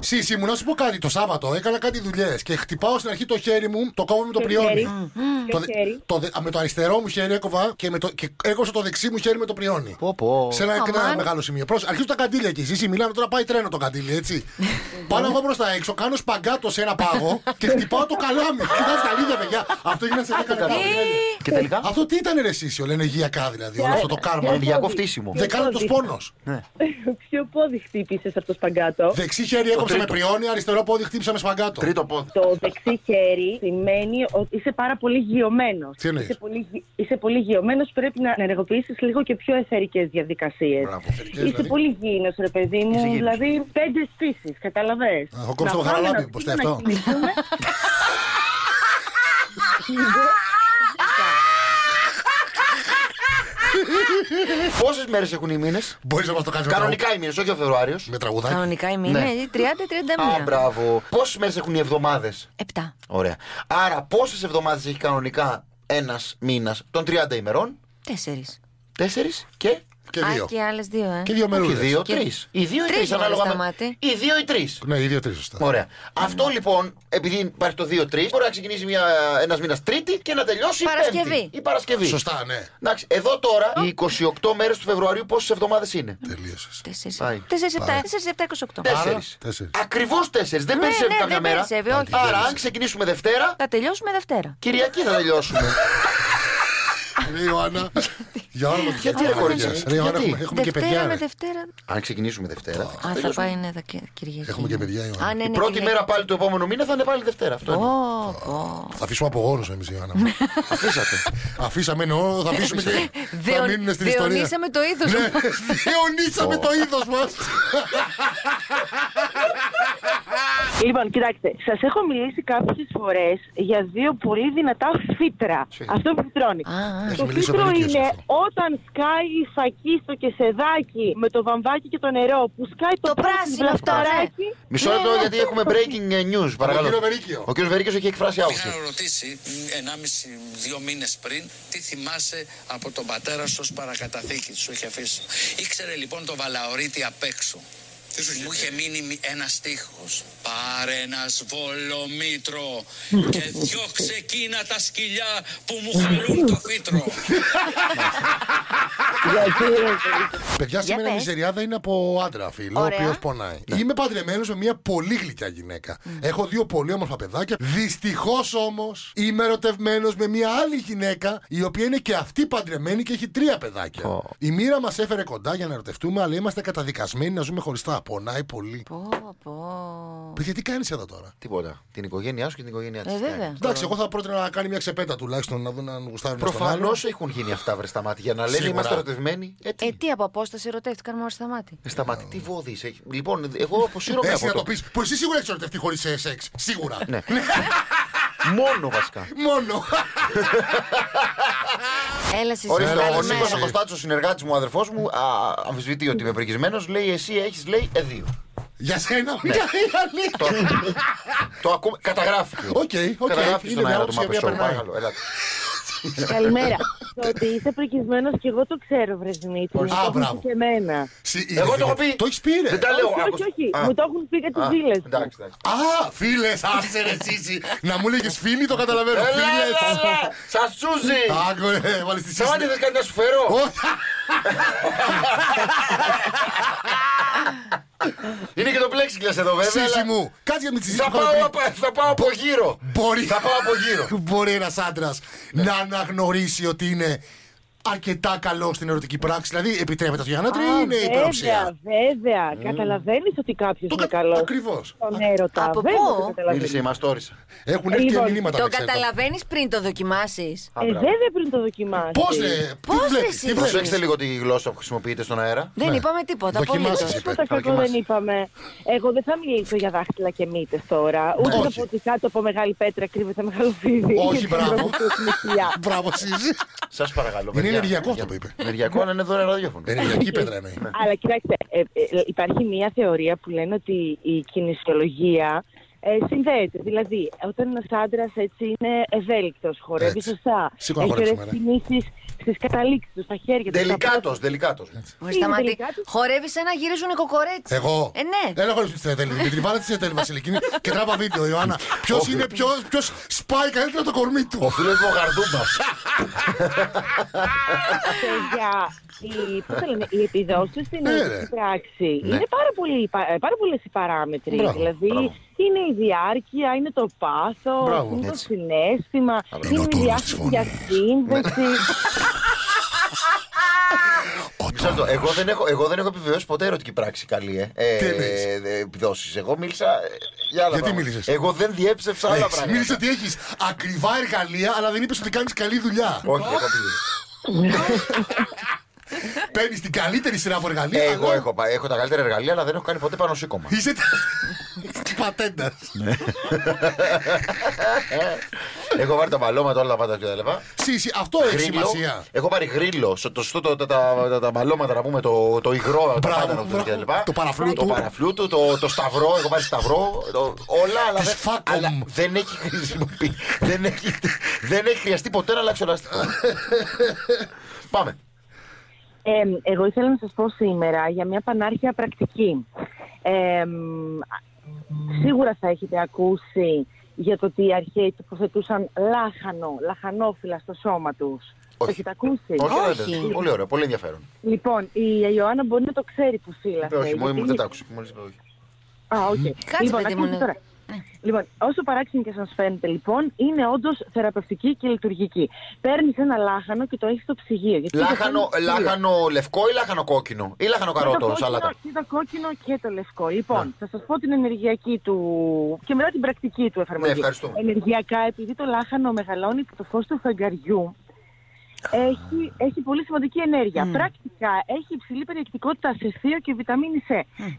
[SPEAKER 6] Σύση μου, να σου πω κάτι. Το Σάββατο έκανα κάτι δουλειές και χτυπάω στην αρχή το χέρι μου, το κόβω με το
[SPEAKER 8] Ποιο
[SPEAKER 6] πριόνι.
[SPEAKER 8] χέρι?
[SPEAKER 6] Μμμ. Το,
[SPEAKER 8] Ποιο
[SPEAKER 6] δε-
[SPEAKER 8] χέρι?
[SPEAKER 6] το, δε- με το αριστερό μου χέρι έκοβα και, με το, και έκοψα το δεξί μου χέρι με το πριόνι.
[SPEAKER 3] Πω, πω.
[SPEAKER 6] Σε ένα αρκετά
[SPEAKER 4] Αμάν.
[SPEAKER 6] μεγάλο σημείο. Πρόσεχε, αρχίζουν τα καντήλια εκεί. Εσύ μιλάμε τώρα, πάει τρένο το καντήλι, έτσι. Πάνω εγώ προς τα έξω, κάνω σπαγκάτο σε ένα πάγο και χτυπάω το καλάμι. Κοιτάξτε τα λίγα, παιδιά. Αυτό έγινε σε 10 λεπτά.
[SPEAKER 3] Και τελικά.
[SPEAKER 6] Αυτό τι ήταν ρε Σίσιο, λένε υγειακά δηλαδή, όλο αυτό το κάρμα.
[SPEAKER 3] Ενδιακό φτύσιμο.
[SPEAKER 6] Δεν κάνω το πόνο.
[SPEAKER 8] Ποιο πόδι χτύπησες αυτό το σπαγκάτο.
[SPEAKER 6] Δεξί χέρι έκοψα με
[SPEAKER 3] τρίτο.
[SPEAKER 6] πριόνι, αριστερό πόδι χτύπησα με σπαγκάτο.
[SPEAKER 3] Τρίτο πόδι.
[SPEAKER 8] Το δεξί χέρι σημαίνει ότι είσαι πάρα πολύ γειωμένο.
[SPEAKER 6] Τι εννοείς?
[SPEAKER 8] Είσαι πολύ, γει- είσαι πολύ γειωμένο, πρέπει να ενεργοποιήσεις λίγο και πιο εθερικές διαδικασίες.
[SPEAKER 3] Μπράβο.
[SPEAKER 6] δηλαδή.
[SPEAKER 8] Είσαι πολύ γήινος, ρε παιδί μου.
[SPEAKER 3] γήινος.
[SPEAKER 8] Δηλαδή, πέντε στήσεις, καταλαβέ.
[SPEAKER 6] Α, έχω κόψει το χαραλάμπι, πως τα αυτό.
[SPEAKER 3] Πόσες μέρες έχουν οι μήνες.
[SPEAKER 6] Μπορείς να μας το κάνεις
[SPEAKER 3] Κανονικά οι μήνες, όχι ο Φεβρουάριος.
[SPEAKER 6] με τραγουδάκι.
[SPEAKER 4] Κανονικά η μήνα
[SPEAKER 3] Ναι.
[SPEAKER 4] είναι
[SPEAKER 3] Α,
[SPEAKER 4] 30-31.
[SPEAKER 3] μπράβο. Πόσες μέρες έχουν οι εβδομάδες.
[SPEAKER 4] 7.
[SPEAKER 3] Ωραία. Άρα, πόσες εβδομάδες έχει κανονικά ένας μήνας των 30 ημερών,
[SPEAKER 4] 4.
[SPEAKER 3] τέσσερις και.
[SPEAKER 6] Και δύο.
[SPEAKER 4] Α, και άλλες δύο, ε.
[SPEAKER 6] Και δύο
[SPEAKER 3] Όχι,
[SPEAKER 6] μερούλε.
[SPEAKER 3] δύο,
[SPEAKER 4] Και-
[SPEAKER 3] τρεις. Οι δύο ή τρεις,
[SPEAKER 4] Τρεις μόλις
[SPEAKER 3] ανάλογα με.
[SPEAKER 4] σταμάτη.
[SPEAKER 3] Οι δύο ή τρεις.
[SPEAKER 6] Ναι, οι δύο-τρει σωστά.
[SPEAKER 3] Ωραία. Αυτό λοιπόν, επειδή υπάρχει το 2-3, μπορεί να ξεκινήσει μια, ένας μήνας Τρίτη και να τελειώσει η
[SPEAKER 4] Παρασκευή.
[SPEAKER 3] Πέμπτη, η Παρασκευή.
[SPEAKER 6] Σωστά, ναι.
[SPEAKER 3] Εντάξει, εδώ τώρα, οι 28 μέρες του Φεβρουαρίου πόσες εβδομάδες είναι.
[SPEAKER 6] Τελείωσες.
[SPEAKER 4] 4-7.
[SPEAKER 3] Πάει.
[SPEAKER 4] 4-7-28.
[SPEAKER 3] Τέσσερις.
[SPEAKER 6] τέσσερις.
[SPEAKER 3] Ακριβώς τέσσερις. Δεν
[SPEAKER 4] Ναι,
[SPEAKER 3] περισσεύει
[SPEAKER 4] ναι,
[SPEAKER 3] καμιά
[SPEAKER 4] δεν
[SPEAKER 3] μέρα.
[SPEAKER 4] περισσεύει, όχι.
[SPEAKER 3] Άρα, αν ξεκινήσουμε Δευτέρα,
[SPEAKER 4] Θα τελειώσουμε Δευτέρα.
[SPEAKER 3] Κυριακή θα τελειώσουμε.
[SPEAKER 6] Ρε Ιωάννα. Για όνομα του
[SPEAKER 3] Γιατί
[SPEAKER 6] Θεού,
[SPEAKER 3] ρε κορίτσι,
[SPEAKER 6] Μαριάς. Ρε
[SPEAKER 3] γιατί?
[SPEAKER 6] Ιωάννα, έχουμε- έχουμε και
[SPEAKER 4] Δευτέρα
[SPEAKER 6] παιδιά.
[SPEAKER 4] με
[SPEAKER 6] ρε.
[SPEAKER 4] Δευτέρα.
[SPEAKER 3] αν ξεκινήσουμε Δευτέρα. θα
[SPEAKER 4] Α, θα
[SPEAKER 3] τελειώσουμε.
[SPEAKER 4] πάει ναι, δα- Κυριακή.
[SPEAKER 6] Έχουμε και παιδιά, Ιωάννα.
[SPEAKER 4] Α, ναι,
[SPEAKER 3] Η
[SPEAKER 4] ναι,
[SPEAKER 3] πρώτη
[SPEAKER 4] Κυριακή.
[SPEAKER 3] μέρα πάλι του επόμενου μήνα θα είναι πάλι Δευτέρα. Αυτό είναι.
[SPEAKER 4] Πω, πω.
[SPEAKER 6] Θα αφήσουμε απογόνου εμείς, Ιωάννα.
[SPEAKER 4] [LAUGHS]
[SPEAKER 6] μου.
[SPEAKER 3] Αφήσατε.
[SPEAKER 6] Αφήσαμε εννοώ, θα αφήσουμε και. Θα
[SPEAKER 4] Ε, Δεον-
[SPEAKER 6] μείνουν στην ιστορία.
[SPEAKER 4] Διονύσαμε το είδος
[SPEAKER 6] Ναι,
[SPEAKER 4] μου.
[SPEAKER 6] Διονύσαμε το είδος μας.
[SPEAKER 8] Λοιπόν, κοιτάξτε, σας έχω μιλήσει κάποιες φορές για δύο πολύ δυνατά φύτρα. Αυτό που φυτρώνει.
[SPEAKER 4] Α, α.
[SPEAKER 6] Έχεις
[SPEAKER 8] Το
[SPEAKER 6] μιλήσει ο
[SPEAKER 8] φύτρο
[SPEAKER 6] Βελικίος
[SPEAKER 8] είναι
[SPEAKER 6] αυτό.
[SPEAKER 8] όταν σκάει η φακή στο κεσεδάκι με το βαμβάκι και το νερό που σκάει το,
[SPEAKER 4] Το πράσινο αυτό, ναι.
[SPEAKER 8] λεπτοράκι.
[SPEAKER 3] Μισό λεπτό γιατί έχουμε breaking news. Παρακαλώ.
[SPEAKER 6] κύριος Βερίκιο.
[SPEAKER 3] Ο κύριος Βερίκιος έχει εκφράσει
[SPEAKER 9] Πήγα
[SPEAKER 3] άποψη.
[SPEAKER 9] να ρωτήσει ενάμιση-δύο μήνες πριν τι θυμάσαι από τον πατέρα σου ως παρακαταθήκη σου είχε αφήσει. Ήξερε λοιπόν το βαλαωρίτη απ' έξω. Μου είχε μείνει ένα στίχος. Πάρε ένα σβόλο
[SPEAKER 10] [LAUGHS]
[SPEAKER 9] μήτρο και διώξε εκείνα τα σκυλιά που μου χαλούν το φύτρο.
[SPEAKER 6] Παιδιά, σήμερα η
[SPEAKER 4] πες.
[SPEAKER 6] μιζεριάδα είναι από άντρα, φίλο, ο
[SPEAKER 4] Ωραία.
[SPEAKER 6] οποίος πονάει.
[SPEAKER 3] Ναι.
[SPEAKER 6] Είμαι παντρεμένος με μια πολύ γλυκιά γυναίκα. Έχω δύο πολύ όμορφα παιδάκια. Δυστυχώς όμως είμαι ερωτευμένος με μια άλλη γυναίκα, η οποία είναι και αυτή παντρεμένη και έχει τρία παιδάκια. Η μοίρα μας έφερε κοντά για να ερωτευτούμε, αλλά είμαστε καταδικασμένοι να ζούμε χωριστά. τα πονάει πολύ.
[SPEAKER 4] Πω, πω.
[SPEAKER 6] Παιδιά, τι κάνεις εδώ τώρα.
[SPEAKER 3] Τίποτα. Την οικογένειά σου και την οικογένειά της.
[SPEAKER 4] Ε, βέβαια.
[SPEAKER 6] Εντάξει, εγώ θα πρότεινα να κάνει μια ξεπέτα τουλάχιστον να δουν αν
[SPEAKER 4] Ε,
[SPEAKER 6] γουστάρουν
[SPEAKER 3] Προφανώ έχουν γίνει αυτά, βρε στα μάτια. Για να λένε
[SPEAKER 6] Σίγουρα.
[SPEAKER 3] είμαστε ερωτευμένοι. Ε, τι.
[SPEAKER 4] Ε, τι από απόσταση ερωτεύτηκαν μόνο στα μάτια.
[SPEAKER 3] Ε, στα μάτια, τι βόδι έχει. Λοιπόν, εγώ αποσύρωμαι
[SPEAKER 6] Έτσι
[SPEAKER 3] από
[SPEAKER 6] Ε, να
[SPEAKER 3] το.
[SPEAKER 6] το πεις. Που εσύ σίγουρα έχεις ερωτευτεί χωρίς σεξ. Σίγουρα.
[SPEAKER 3] Ναι. Μόνο
[SPEAKER 6] [LAUGHS]
[SPEAKER 3] βασικά.
[SPEAKER 6] Μόνο.
[SPEAKER 4] Έλα, εσύ. ναι.
[SPEAKER 3] Ορίστε,
[SPEAKER 6] Έλα,
[SPEAKER 3] ο
[SPEAKER 6] εσύ.
[SPEAKER 3] Νίκο Αποστάτσο, συνεργάτης μου, αδερφός μου, α, αμφισβητεί ότι είμαι πρικισμένο, λέει εσύ έχεις, λέει, ε, δύο.
[SPEAKER 6] Για σένα, μια η
[SPEAKER 3] Ναι. Το,
[SPEAKER 6] αλήθεια.
[SPEAKER 3] το ακούμε, καταγράφηκε.
[SPEAKER 6] Οκ, οκ.
[SPEAKER 3] Καταγράφηκε
[SPEAKER 6] Είναι
[SPEAKER 3] στον
[SPEAKER 6] μια
[SPEAKER 3] αέρα του
[SPEAKER 6] άποψη η οποία
[SPEAKER 3] Μαπεσό.
[SPEAKER 6] περνάει.
[SPEAKER 3] Παρακαλώ, ελάτε.
[SPEAKER 8] Καλημέρα. Το ότι είσαι πρικισμένο και εγώ το ξέρω, βρε Δημήτρη. Μου το
[SPEAKER 6] Α,
[SPEAKER 8] έχουν πει
[SPEAKER 6] μπράβο.
[SPEAKER 8] Και εμένα.
[SPEAKER 6] Συ- η-
[SPEAKER 3] Εγώ το έχω πει.
[SPEAKER 6] Το έχεις πει, ρε.
[SPEAKER 3] Δεν τα λέω.
[SPEAKER 8] όχι,
[SPEAKER 3] άκουσα.
[SPEAKER 8] όχι, όχι.
[SPEAKER 3] Α,
[SPEAKER 8] Μου το έχουν πει για τις
[SPEAKER 3] α,
[SPEAKER 8] ζήλε.
[SPEAKER 3] Εντάξει, εντάξει.
[SPEAKER 6] Α, φίλες, άσε ρε Τσίτσι. Να μου λέγε φίλοι, το καταλαβαίνω.
[SPEAKER 3] Έλα,
[SPEAKER 6] Φίλες.
[SPEAKER 3] έλα, έλα. Σασούζι.
[SPEAKER 6] Άκου, ε, βάλε τη Τσίτσι.
[SPEAKER 3] Σαμάτη, θες κάτι να σου φέρω.
[SPEAKER 6] Όχι.
[SPEAKER 3] Είναι και το πλέξιγκλας εδώ βέβαια.
[SPEAKER 6] Τσίτσι
[SPEAKER 3] αλλά
[SPEAKER 6] μου, κάτσε για με τη Τσίτσι.
[SPEAKER 3] Θα
[SPEAKER 6] που είχαμε
[SPEAKER 3] πάω,
[SPEAKER 6] πει.
[SPEAKER 3] απα- θα πάω από γύρω.
[SPEAKER 6] Μπορεί.
[SPEAKER 3] Θα πάω από γύρω. Ναι.
[SPEAKER 6] Μπορεί ένας άντρας να αναγνωρίσει ότι είναι αρκετά καλό στην ερωτική πράξη. Δηλαδή, επιτρέπεται στο Γιάννατρι ή είναι υπεροψία.
[SPEAKER 8] βέβαια, βέβαια.
[SPEAKER 3] Mm.
[SPEAKER 8] Καταλαβαίνεις ότι κάποιος είναι καλός.
[SPEAKER 6] Ακριβώς.
[SPEAKER 8] Τον έρωτα.
[SPEAKER 4] Από
[SPEAKER 8] Βέβαια
[SPEAKER 4] πού?
[SPEAKER 8] το καταλαβαίνεις.
[SPEAKER 3] Μίλησε η Μαστόρισα.
[SPEAKER 6] Έχουν έρθει και
[SPEAKER 8] Λοιπόν,
[SPEAKER 6] μηνύματα.
[SPEAKER 4] Το
[SPEAKER 6] να ξέρετε.
[SPEAKER 4] καταλαβαίνεις πριν το δοκιμάσεις.
[SPEAKER 3] Α,
[SPEAKER 8] Ε,
[SPEAKER 3] μπράβο.
[SPEAKER 8] βέβαια πριν το δοκιμάσεις.
[SPEAKER 6] Πώς ε, ρε,
[SPEAKER 4] Πώς,
[SPEAKER 6] τι
[SPEAKER 4] ρε,
[SPEAKER 6] βλέπεις,
[SPEAKER 4] εσύ.
[SPEAKER 6] τι βλέπεις.
[SPEAKER 3] Προσέξτε λίγο τη γλώσσα που χρησιμοποιείτε στον αέρα.
[SPEAKER 4] Δεν είπαμε τίποτα.
[SPEAKER 6] Ναι. Δοκιμάσεις,
[SPEAKER 4] απολύτως.
[SPEAKER 6] είπε.
[SPEAKER 8] Τίποτα
[SPEAKER 3] Θα
[SPEAKER 8] κακό
[SPEAKER 3] δοκιμάσει.
[SPEAKER 8] δεν είπαμε. Εγώ δεν θα μιλήσω για δάχτυλα και μύτες τώρα. Ούτε
[SPEAKER 6] Όχι.
[SPEAKER 8] θα πω ότι κάτω από μεγάλη πέτρα κρύβεται μεγάλο φίδι.
[SPEAKER 6] Όχι, μπράβο.
[SPEAKER 8] Νησιά.
[SPEAKER 6] Μπράβο, Σίζη.
[SPEAKER 3] Σας παρακαλώ.
[SPEAKER 6] Είναι
[SPEAKER 3] παιδιά.
[SPEAKER 6] ενεργειακό αυτό που είπε.
[SPEAKER 3] Ενεργειακό, αλλά είναι δωρεάν ραδιόφωνο.
[SPEAKER 6] Ενεργειακή πέτρα εννοεί.
[SPEAKER 8] Αλλά κοιτάξτε, ε, ε, υπάρχει μια θεωρία που λένε ότι η κινησιολογία ε, συνδέεται. Δηλαδή, όταν ένας άντρας έτσι είναι ευέλικτος, χορεύει
[SPEAKER 6] Έτσι.
[SPEAKER 8] σωστά,
[SPEAKER 6] Σίγουρα
[SPEAKER 8] έχει
[SPEAKER 6] χορεύει
[SPEAKER 8] ωραίε
[SPEAKER 6] σήμερα.
[SPEAKER 8] κινήσει στι καταλήξει τους, στα χέρια τους. στα
[SPEAKER 3] Δελικάτο, δελικάτο.
[SPEAKER 4] Μου
[SPEAKER 8] Είναι
[SPEAKER 4] σταματή.
[SPEAKER 8] τελικά τους-
[SPEAKER 4] Χορεύεις σαν να γυρίζουν κοκορέτσι.
[SPEAKER 6] Εγώ.
[SPEAKER 4] Ε, ναι.
[SPEAKER 6] Έλα χωρί τη Στέτελη. Δημήτρη, βάλε τη Στέτελη Βασιλική και τράβα βίντεο, Ιωάννα. Ποιος είναι, ποιος ποιος σπάει καλύτερα το κορμί του.
[SPEAKER 3] Ο φίλος μου ο Γαρδούμπα.
[SPEAKER 8] παιδιά, οι, πώς τα λένε, οι επιδόσεις στην
[SPEAKER 6] Ναι,
[SPEAKER 8] ερωτική
[SPEAKER 6] ρε.
[SPEAKER 8] πράξη είναι πάρα, πολύ, πα- πάρα πολλές οι παράμετροι.
[SPEAKER 6] Μπράβο,
[SPEAKER 8] δηλαδή,
[SPEAKER 3] μπράβο.
[SPEAKER 8] είναι η διάρκεια, είναι το πάθος,
[SPEAKER 6] Μπράβο,
[SPEAKER 8] είναι το
[SPEAKER 6] έτσι.
[SPEAKER 8] συνέστημα,
[SPEAKER 6] Είναι ο
[SPEAKER 8] είναι η
[SPEAKER 6] τόνος
[SPEAKER 8] διάθεση
[SPEAKER 6] της
[SPEAKER 8] για
[SPEAKER 6] φωνής.
[SPEAKER 8] σύνδεση.
[SPEAKER 3] Εγώ δεν έχω, εγώ δεν έχω επιβεβαιώσει ποτέ ερωτική πράξη καλή. Ε. Ε,
[SPEAKER 6] Τι εννοείς?
[SPEAKER 3] ε, ε, επιδόσεις. Εγώ μίλησα ε, για άλλα
[SPEAKER 6] Γιατί
[SPEAKER 3] πράγματα.
[SPEAKER 6] μίλησες?
[SPEAKER 3] Εγώ δεν διέψευσα άλλα
[SPEAKER 6] Έχεις-
[SPEAKER 3] πράγματα.
[SPEAKER 6] Μίλησε ότι έχεις ακριβά εργαλεία, αλλά δεν είπες ότι κάνεις καλή δουλειά.
[SPEAKER 3] Όχι, έχω πει.
[SPEAKER 6] Παίρνεις την καλύτερη σειρά από εργαλεία.
[SPEAKER 3] Ε, Εγώ
[SPEAKER 6] αλλά
[SPEAKER 3] έχω, πα- έχω τα καλύτερα εργαλεία, αλλά δεν έχω κάνει ποτέ πάνω σήκωμα.
[SPEAKER 6] Είσαι [LAUGHS] τη πατέντα. Ε.
[SPEAKER 3] έχω πάρει τα μαλώματα, όλα τα πάντα και τα λοιπά.
[SPEAKER 6] Σύση, αυτό έχει
[SPEAKER 3] Γρίλο.
[SPEAKER 6] σημασία.
[SPEAKER 3] Έχω πάρει γρίλο. σο- Το, σωστό, το, τα, τα, τα, τα μαλώματα να πούμε, το, το υγρό, το
[SPEAKER 6] Μπράβο,
[SPEAKER 3] πάτανο του
[SPEAKER 6] μπράβο.
[SPEAKER 3] κλπ.
[SPEAKER 6] Το παραφλούτου.
[SPEAKER 3] Το παραφλούτου, το, το σταυρό, έχω πάρει σταυρό. το- όλα, αλλά
[SPEAKER 6] Της
[SPEAKER 3] δεν,
[SPEAKER 6] Φάκομ.
[SPEAKER 3] αλλά δεν έχει χρησιμοποιηθεί. δεν, έχει, δεν έχει χρειαστεί ποτέ να αλλάξει ελαστικό. Πάμε.
[SPEAKER 8] Ε, εγώ ήθελα να σας πω σήμερα για μια πανάρχια πρακτική. Ε, σίγουρα θα έχετε ακούσει για το ότι οι αρχαίοι τοποθετούσαν λάχανο, λαχανόφυλλα στο σώμα τους. Το
[SPEAKER 3] Όχι.
[SPEAKER 8] έχετε ακούσει.
[SPEAKER 3] Όχι,
[SPEAKER 4] Όχι.
[SPEAKER 3] δεν- Πολύ ωραίο, πολύ ενδιαφέρον.
[SPEAKER 8] Λοιπόν, η Ιωάννα μπορεί να το ξέρει που φύλασε.
[SPEAKER 3] Ε, Όχι, μου
[SPEAKER 8] γιατί-
[SPEAKER 3] δεν τα άκουσα. μόλις είπα όχι.
[SPEAKER 8] Α, οκ.
[SPEAKER 4] Κάτσε,
[SPEAKER 8] λοιπόν,
[SPEAKER 4] παιδί μου,
[SPEAKER 8] ακούστε
[SPEAKER 4] ναι.
[SPEAKER 8] τώρα. Λοιπόν, όσο παράξενη και σας φαίνεται, λοιπόν, είναι όντως θεραπευτική και λειτουργική. Παίρνεις ένα λάχανο και το έχεις στο ψυγείο. γιατί το
[SPEAKER 3] Λάχανο,
[SPEAKER 8] κάνεις στο ψυγείο.
[SPEAKER 3] λάχανο λευκό ή λάχανο κόκκινο ή λάχανο
[SPEAKER 8] Και το
[SPEAKER 3] καρότο,
[SPEAKER 8] κόκκινο-
[SPEAKER 3] σαλάτα. Ναι.
[SPEAKER 8] Και το κόκκινο και το λευκό. Λοιπόν, θα σας πω την ενεργειακή του και μετά την πρακτική του εφαρμογή.
[SPEAKER 3] Ναι, ευχαριστούμε.
[SPEAKER 8] Ενεργειακά, επειδή το λάχανο μεγαλώνει υπό το φως του φεγγαριού, έχει, έχει πολύ σημαντική ενέργεια. Πρακτικά έχει υψηλή περιεκτικότητα σε θείο και βιταμίνη C.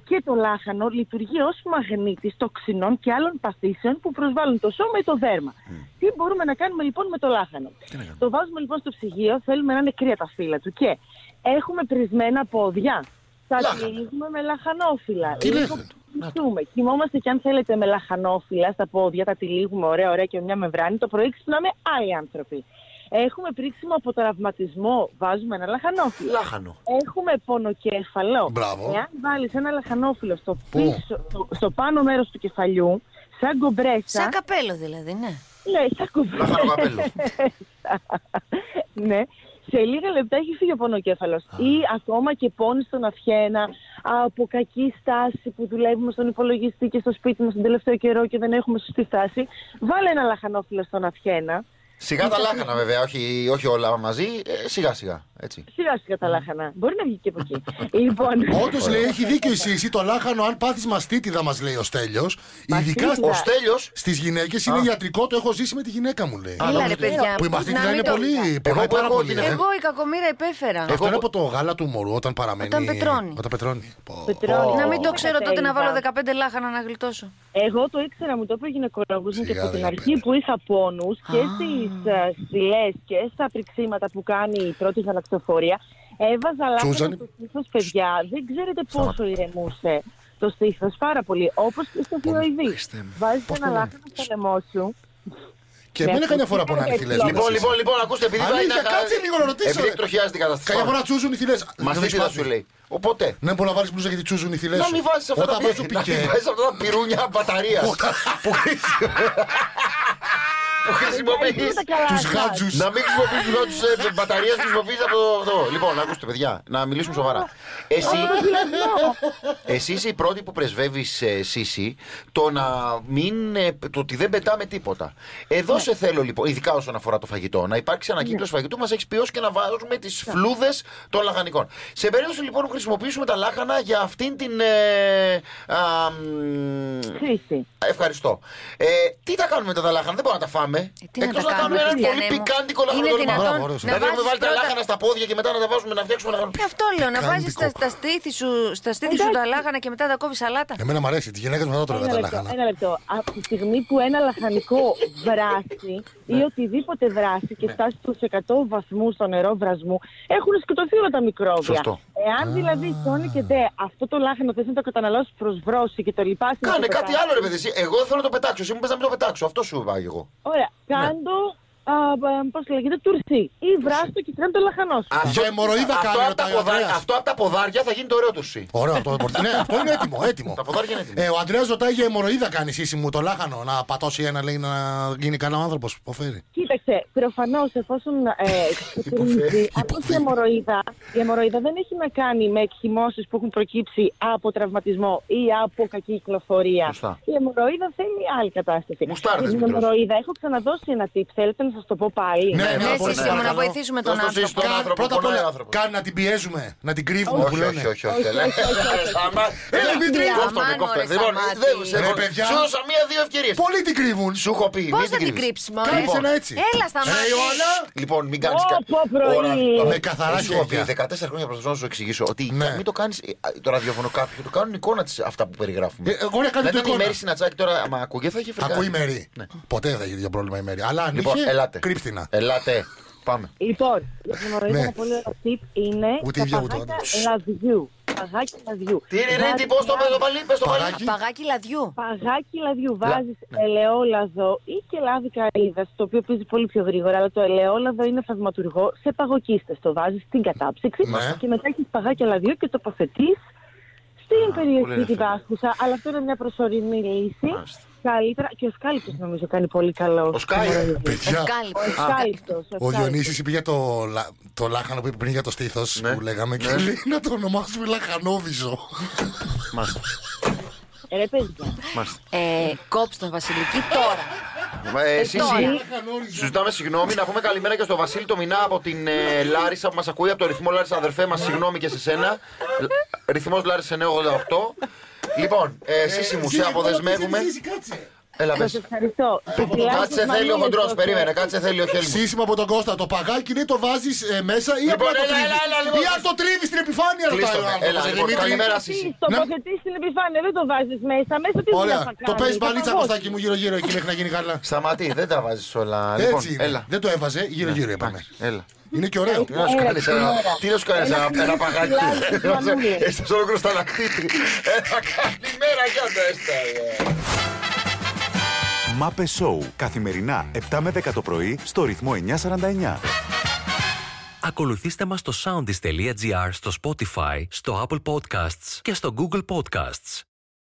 [SPEAKER 8] Και το λάχανο λειτουργεί ως μαγνήτη τοξινών και άλλων παθήσεων που προσβάλλουν το σώμα ή το δέρμα. Τι μπορούμε να κάνουμε λοιπόν με το λάχανο. Το βάζουμε λοιπόν στο ψυγείο, θέλουμε να είναι κρύα τα φύλλα του και έχουμε πρισμένα πόδια. Τα κλείνουμε με λαχανόφυλλα.
[SPEAKER 6] Τι
[SPEAKER 8] Λίγο
[SPEAKER 6] λέτε,
[SPEAKER 8] κοιμηθούμε. Κοιμόμαστε και αν θέλετε με λαχανόφυλλα στα πόδια, τα τυλίγουμε ωραία, ωραία και μια μεμβράνη. Το πρωί ξυπνάμε άλλοι άνθρωποι. Έχουμε πρίξιμο από τραυματισμό, βάζουμε ένα λαχανόφυλλο.
[SPEAKER 3] Λάχανο.
[SPEAKER 8] Έχουμε πονοκέφαλο.
[SPEAKER 6] Μπράβο.
[SPEAKER 8] Εάν βάλεις ένα λαχανόφυλλο στο,
[SPEAKER 6] Πού?
[SPEAKER 8] πίσω, στο, στο πάνω μέρος του κεφαλιού, σαν κομπρέσα.
[SPEAKER 4] Σαν καπέλο δηλαδή, ναι.
[SPEAKER 8] Ναι, σαν κομπρέσα.
[SPEAKER 3] Λάχανο καπέλο.
[SPEAKER 8] ναι. Σε λίγα λεπτά έχει φύγει ο πονοκέφαλος. Ή ακόμα και πόνι στον αυχένα από κακή στάση που δουλεύουμε στον υπολογιστή και στο σπίτι μας τον τελευταίο καιρό και δεν έχουμε σωστή στάση. Βάλε ένα λαχανόφυλλο στον αυχένα.
[SPEAKER 3] Σιγά τα λάχανα βέβαια, όχι, όχι όλα μαζί. Ε, σιγά σιγά. Έτσι.
[SPEAKER 8] Σιγά σιγά τα λάχανα. Μπορεί να βγει και από εκεί. λοιπόν.
[SPEAKER 6] Όντως λέει, έχει δίκιο η Σύση, το λάχανο, αν πάθεις μαστίτιδα, μας λέει ο Στέλιος. Ειδικά
[SPEAKER 8] Μαστίτιδα.
[SPEAKER 3] Ο Στέλιος.
[SPEAKER 6] στις γυναίκες είναι ιατρικό, το έχω ζήσει με τη γυναίκα μου, λέει.
[SPEAKER 4] Έλα ρε παιδιά.
[SPEAKER 6] Που
[SPEAKER 4] πώς
[SPEAKER 6] η
[SPEAKER 4] να
[SPEAKER 6] μαστίτιδα
[SPEAKER 4] μην
[SPEAKER 6] είναι
[SPEAKER 4] το-
[SPEAKER 6] πολύ. Πονάει
[SPEAKER 3] που
[SPEAKER 6] πάρα
[SPEAKER 3] έχω
[SPEAKER 6] πολύ.
[SPEAKER 3] την
[SPEAKER 6] ε.
[SPEAKER 3] εγώ-
[SPEAKER 4] Εγώ η κακομήρα υπέφερα.
[SPEAKER 6] Αυτό είναι από το γάλα του μωρού όταν παραμένει.
[SPEAKER 4] Όταν πετρώνει.
[SPEAKER 6] Όταν πετρώνει. Πω.
[SPEAKER 8] Πετρώνει.
[SPEAKER 4] Να μην το ξέρω τότε να βάλω
[SPEAKER 8] Τέλεια.
[SPEAKER 4] 15 λάχανα να γλιτώσω.
[SPEAKER 8] Εγώ το ήξερα, μου το είπε ο γυναικολόγος μου και
[SPEAKER 6] Σιγά
[SPEAKER 8] από την
[SPEAKER 6] δεν
[SPEAKER 8] αρχή
[SPEAKER 6] απέρα.
[SPEAKER 8] που είχα πόνους και στι στυλέ και στα πριξίματα που κάνει η πρώτη γαλακτοφορία. Έβαζα λάθος
[SPEAKER 6] Σούζαν.
[SPEAKER 8] το στήθος, παιδιά. Δεν ξέρετε πόσο ηρεμούσε το στήθος. Πάρα πολύ. Όπως και στο θηροειδή. Βάζει ένα λάθος στο λαιμό σου.
[SPEAKER 6] Και εμένα καμιά φορά πονάνε οι θηλές.
[SPEAKER 3] Λοιπόν, λοιπόν, λοιπόν, ακούστε, επειδή
[SPEAKER 6] Αλήθεια,
[SPEAKER 3] είναι-
[SPEAKER 6] κάτσε λίγο να ρωτήσω,
[SPEAKER 3] Επειδή
[SPEAKER 6] ρε.
[SPEAKER 3] εκτροχιάζεται η κατάσταση.
[SPEAKER 6] Καμιά φορά τσούζουν οι θηλές.
[SPEAKER 3] Μαστίτιδα σου λέει. Οπότε.
[SPEAKER 6] Ναι, μπορεί να βάλεις μπλούζα γιατί τσούζουν οι θηλές.
[SPEAKER 3] Να μην βάζεις αυτά, τα...
[SPEAKER 6] Όταν βάζω
[SPEAKER 3] να μην
[SPEAKER 6] πικέ.
[SPEAKER 3] βάζεις αυτά τα πυρούνια μπαταρίας. που χρησι- που χρησιμοποιεί.
[SPEAKER 6] Του γάτζου.
[SPEAKER 3] Να μην χρησιμοποιείς του γάτου ε, μπαταρία, χρησιμοποιείς από το αυτό. Λοιπόν, ακούστε, παιδιά, να μιλήσουμε σοβαρά. Εσύ, εσύ είσαι η πρώτη που πρεσβεύεις, ε, Σύση, το, να μην, ε, το ότι δεν πετάμε τίποτα. Εδώ σε θέλω, λοιπόν, ειδικά όσον αφορά το φαγητό, να υπάρξει ανακύκλωση φαγητού, μας έχεις πει ως και να βάζουμε τις φλούδες των λαχανικών. Σε περίπτωση λοιπόν που χρησιμοποιήσουμε τα λάχανα για αυτήν την. ε, α, μ,
[SPEAKER 8] Χρήση.
[SPEAKER 3] Ευχαριστώ. Ε, τι θα κάνουμε μετά τα λάχανα, δεν μπορούμε να τα φάμε.
[SPEAKER 4] Ε, τι να τα κάνουμε,
[SPEAKER 3] έναν πολύ
[SPEAKER 4] Χριστιανέ μου.
[SPEAKER 3] πικάντικο
[SPEAKER 4] Είναι
[SPEAKER 3] λαχανοτολμά.
[SPEAKER 4] δυνατόν
[SPEAKER 6] Μπράβο, ρε,
[SPEAKER 4] να
[SPEAKER 3] Δηλαδή έχουμε
[SPEAKER 4] βάζεις
[SPEAKER 3] βάλει τα
[SPEAKER 4] πρώτα-
[SPEAKER 3] λάχανα στα πόδια και μετά να τα βάζουμε να φτιάξουμε λαχανό.
[SPEAKER 4] Ε, Αυτό λέω, να
[SPEAKER 6] Πικάντικο.
[SPEAKER 4] βάζεις τα, τα στήθη σου, στα στήθη σου τα λάχανα και μετά τα κόβεις σαλάτα.
[SPEAKER 6] Εμένα μου Ε, αρέσει, τη γυναίκα μου θα τρώγα
[SPEAKER 8] Ένα
[SPEAKER 6] τα
[SPEAKER 8] λεπτό,
[SPEAKER 6] λάχανα.
[SPEAKER 8] ένα λεπτό. Από τη στιγμή που ένα λαχανικό βράσει
[SPEAKER 3] Ναι.
[SPEAKER 8] ή οτιδήποτε βράσει και φτάσει στους 100 βαθμούς στο νερό βρασμού, έχουν σκοτωθεί όλα τα μικρόβια.
[SPEAKER 3] Σωστό.
[SPEAKER 8] Εάν δηλαδή σώνει και δε αυτό το λάχανο θες να το καταναλώσεις προς βρόση και το λιπάσει. να
[SPEAKER 3] Κάνε
[SPEAKER 8] το
[SPEAKER 3] κάτι
[SPEAKER 8] πετάσεις,
[SPEAKER 3] άλλο, ρε παιδί. εσύ. Εγώ θέλω να το πετάξω. Εσύ μου πες να μην το πετάξω. Αυτό σου είπα και εγώ.
[SPEAKER 8] Ωραία, κάντο, ναι. πώς λέγεται, τουρσί. Ή βράστο και τρέν το λαχανός σου.
[SPEAKER 3] Αυτό-
[SPEAKER 6] Για αιμορροίδα
[SPEAKER 3] αυτό
[SPEAKER 6] κάνει,
[SPEAKER 3] απ' τα
[SPEAKER 6] ρωτάει ο
[SPEAKER 3] ποδάρια-
[SPEAKER 6] Ανδρέας.
[SPEAKER 3] Αυτό από τα ποδάρια θα γίνει το ωραίο του σι.
[SPEAKER 6] Ωραίο αυτό. μπορεί- Ναι, αυτό είναι
[SPEAKER 3] [LAUGHS]
[SPEAKER 6] έτοιμο. έτοιμο.
[SPEAKER 3] Τα ποδάρια είναι έτοιμα.
[SPEAKER 6] Ε, ο Αντρέα ρωτάει για αιμορροίδα κάνει σύση μου το λάχανο. Να πατώσει ένα, λέει, να γίνει κανένα άνθρωπος. Υποφέρει.
[SPEAKER 8] Κοίταξε, προφανώς εφόσον
[SPEAKER 6] [LAUGHS]
[SPEAKER 8] ε, ξεπερνήσει αυτή η αιμορροϊδα, η αιμορροϊδα δεν έχει να κάνει με εκχυμώσεις που έχουν προκύψει από τραυματισμό ή από κακή κυκλοφορία.
[SPEAKER 3] Σωστά.
[SPEAKER 8] Η αιμορροϊδα θέλει άλλη κατάσταση.
[SPEAKER 3] Μουστάρδες,
[SPEAKER 8] Για την
[SPEAKER 3] Μητρός.
[SPEAKER 8] αιμορροϊδα έχω ξαναδώσει ένα tip. Θέλετε να σας το πω πάλι.
[SPEAKER 6] Ναι,
[SPEAKER 4] Ναι,
[SPEAKER 6] ναι,
[SPEAKER 4] εσύ
[SPEAKER 6] πολύ
[SPEAKER 4] Σύση μου, να
[SPEAKER 6] παρακαλώ.
[SPEAKER 4] βοηθήσουμε τον
[SPEAKER 3] Δώσ' το Σύση
[SPEAKER 4] άνθρωπο.
[SPEAKER 3] στον
[SPEAKER 6] Κάν-
[SPEAKER 3] άνθρωπο,
[SPEAKER 6] πρώτα απ'
[SPEAKER 3] πονάει ο
[SPEAKER 6] όλα,
[SPEAKER 3] άνθρωπος.
[SPEAKER 6] κάνει να την πιέζουμε, να την κρύβουμε που
[SPEAKER 3] Όχι,
[SPEAKER 6] λένε.
[SPEAKER 3] όχι, όχι, όχι.
[SPEAKER 8] Όχι,
[SPEAKER 3] Έλα,
[SPEAKER 8] όχι, όχι, όχι.
[SPEAKER 3] Σταμά- Έλα, Δημήτρη,
[SPEAKER 4] Σταμάτη.
[SPEAKER 3] κόφτο με, κόφτο με. Λοιπόν,
[SPEAKER 4] Σταμάτη.
[SPEAKER 3] δεν σε-
[SPEAKER 6] Ρε,
[SPEAKER 3] εγώ-
[SPEAKER 6] παιδιά.
[SPEAKER 3] Σου δώσα μία-δύο ευκαιρίες.
[SPEAKER 6] Πολλοί την κρύβουν.
[SPEAKER 3] Σου έχω πει.
[SPEAKER 4] Πώ
[SPEAKER 3] μην Λοιπόν.
[SPEAKER 4] θα την
[SPEAKER 3] κρύβεις.
[SPEAKER 4] κρύψεις, Μωρέ.
[SPEAKER 6] Κάνεις ένα έτσι.
[SPEAKER 4] Έλα, σταμάτη.
[SPEAKER 6] Ε, Ιωάννα,
[SPEAKER 3] Λοιπόν, μην κάνεις
[SPEAKER 8] Ω, πω, πρωί.
[SPEAKER 6] Με καθαρά
[SPEAKER 3] σου έχω πει,
[SPEAKER 6] χέρια.
[SPEAKER 3] 14 χρόνια προσπαθώ να σου εξηγήσω ότι
[SPEAKER 6] Ναι.
[SPEAKER 3] μην το κάνεις το ραδιόφωνο κάποιου, το κάνουν εικόνα της αυτά που περιγράφουμε.
[SPEAKER 6] Ε, εγώ ρε, κάνε
[SPEAKER 3] Δεν
[SPEAKER 6] το
[SPEAKER 3] ήταν η
[SPEAKER 6] εικόνα.
[SPEAKER 3] Μέρη Σινατσάκη τώρα, άμα ακούγε θα είχε φρικάρει.
[SPEAKER 6] Ακούει η Μέρη. Ποτέ δεν θα γίνει για πρόβλημα η Μέρη. Αλλά αν
[SPEAKER 3] Ναι. Λοιπόν,
[SPEAKER 6] είχε,
[SPEAKER 3] ελάτε.
[SPEAKER 6] κρύψτηνα.
[SPEAKER 3] Ελάτε. Πάμε.
[SPEAKER 8] Λοιπόν, για την αιμορροϊδα
[SPEAKER 6] Ναι.
[SPEAKER 8] ένα πολύ ωραίο tip είναι
[SPEAKER 6] Ούτε
[SPEAKER 8] τα
[SPEAKER 6] ίδια, ούτε
[SPEAKER 8] παγάκια
[SPEAKER 6] άντρας.
[SPEAKER 8] λαδιού. Παγάκια λαδιού.
[SPEAKER 3] Τι είναι, ρε, τι πώς το πες το πάλι, πες το πάλι.
[SPEAKER 6] Παγάκι.
[SPEAKER 4] Παγάκι λαδιού.
[SPEAKER 8] Παγάκι λαδιού. Βάζεις
[SPEAKER 3] Ναι.
[SPEAKER 8] ελαιόλαδο ή και λάδι καρύδας, το οποίο πίζει πολύ πιο γρήγορα. Αλλά το ελαιόλαδο είναι φαγματουργό σε παγοκίστε. Το βάζεις στην κατάψυξη
[SPEAKER 6] Ναι.
[SPEAKER 8] και μετά έχεις παγάκι λαδιού και τοποθετείς στην περιοχή τη
[SPEAKER 3] ενδιαφέρον.
[SPEAKER 8] βάσκουσα. Αλλά αυτό είναι μια προσωρινή λύση.
[SPEAKER 3] Μάλιστα.
[SPEAKER 8] Καλύτερα και ο σκάλυπτο νομίζω κάνει πολύ καλό.
[SPEAKER 3] Ο Σκάι,
[SPEAKER 8] στην μοραγωγή.
[SPEAKER 6] Παιδιά,
[SPEAKER 4] Ευκάλυπτο.
[SPEAKER 8] Ο σκάλυπτο.
[SPEAKER 6] ο Διονύσης είπε για το, λα- το λάχανο που είπε πριν για το στήθος
[SPEAKER 3] Ναι,
[SPEAKER 6] που λέγαμε και λέει να το ονομάσουμε λαχανόβιζο.
[SPEAKER 8] Ρε παιδιά.
[SPEAKER 4] Ε, κόψ τον Βασιλική τώρα.
[SPEAKER 3] Ε, εσύ,
[SPEAKER 4] τώρα.
[SPEAKER 3] εσύ. Σου ζητάμε συγγνώμη να πούμε καλημέρα και στο Βασίλη το Μινά από την ε, Λάρισα που μας ακούει από το ρυθμό Λάρισα, αδερφέ μας, συγγνώμη και σε σένα. Ρυθμός Λάρισα 988. Λοιπόν, ε, Σύση μου, σε αποδεσμεύουμε. Έλα,
[SPEAKER 8] Σας
[SPEAKER 3] πες.
[SPEAKER 8] ευχαριστώ. Και φυλάκια
[SPEAKER 3] Κάτσε
[SPEAKER 8] Μαρία
[SPEAKER 3] θέλει ο χοντρό,
[SPEAKER 8] εδώ.
[SPEAKER 3] περίμενε, κάτσε θέλει ο χέλμου.
[SPEAKER 6] Σύσημα από τον Κώστα. Το παγάκι λέει το βάζεις ε, μέσα ή απλά το
[SPEAKER 3] έλα,
[SPEAKER 6] τρίβεις.
[SPEAKER 3] έλα, έλα, λοιπόν.
[SPEAKER 6] Ή αν το τρίβεις στην επιφάνεια ρωτάει
[SPEAKER 3] Κλείστο
[SPEAKER 6] ο
[SPEAKER 3] με.
[SPEAKER 6] άνθρωπος.
[SPEAKER 3] Έλα,
[SPEAKER 6] ε,
[SPEAKER 3] λοιπόν,
[SPEAKER 6] Δημήτρη.
[SPEAKER 3] καλημέρα
[SPEAKER 8] Εσύ
[SPEAKER 3] Σύση.
[SPEAKER 8] τοποθετεί στην επιφάνεια, δεν το βάζεις μέσα. Μέσα τι δουλειά
[SPEAKER 6] Ωραία.
[SPEAKER 8] θα κάνει.
[SPEAKER 6] Το παίζει
[SPEAKER 8] θα
[SPEAKER 6] μπαλίτσα
[SPEAKER 8] παγώσει.
[SPEAKER 6] Κωστάκι μου γύρω-γύρω εκεί μέχρι να γίνει καλά.
[SPEAKER 3] Σταματή, δεν τα βάζεις όλα. Λοιπόν,
[SPEAKER 6] Έτσι είναι.
[SPEAKER 3] έλα.
[SPEAKER 6] Δεν το έβαζε. Γύρω-γύρω είπαμε.
[SPEAKER 3] Εντάξει, έλα.
[SPEAKER 6] Είναι και ωραίο.
[SPEAKER 3] Τι να σου κάνει ένα, τι να σου κάνεις, ένα, ένα παγάκι.
[SPEAKER 8] Λάδι, μανούλες.
[SPEAKER 3] Έστω σε ολόκληρο σταλακτήτη. Ένα καλημέρα για το έστα.
[SPEAKER 2] Μάπε Σόου. Καθημερινά 7 με 10 το πρωί στο ρυθμό 949.
[SPEAKER 10] Ακολουθήστε μας στο soundis.gr, στο Spotify, στο Apple Podcasts και στο Google Podcasts.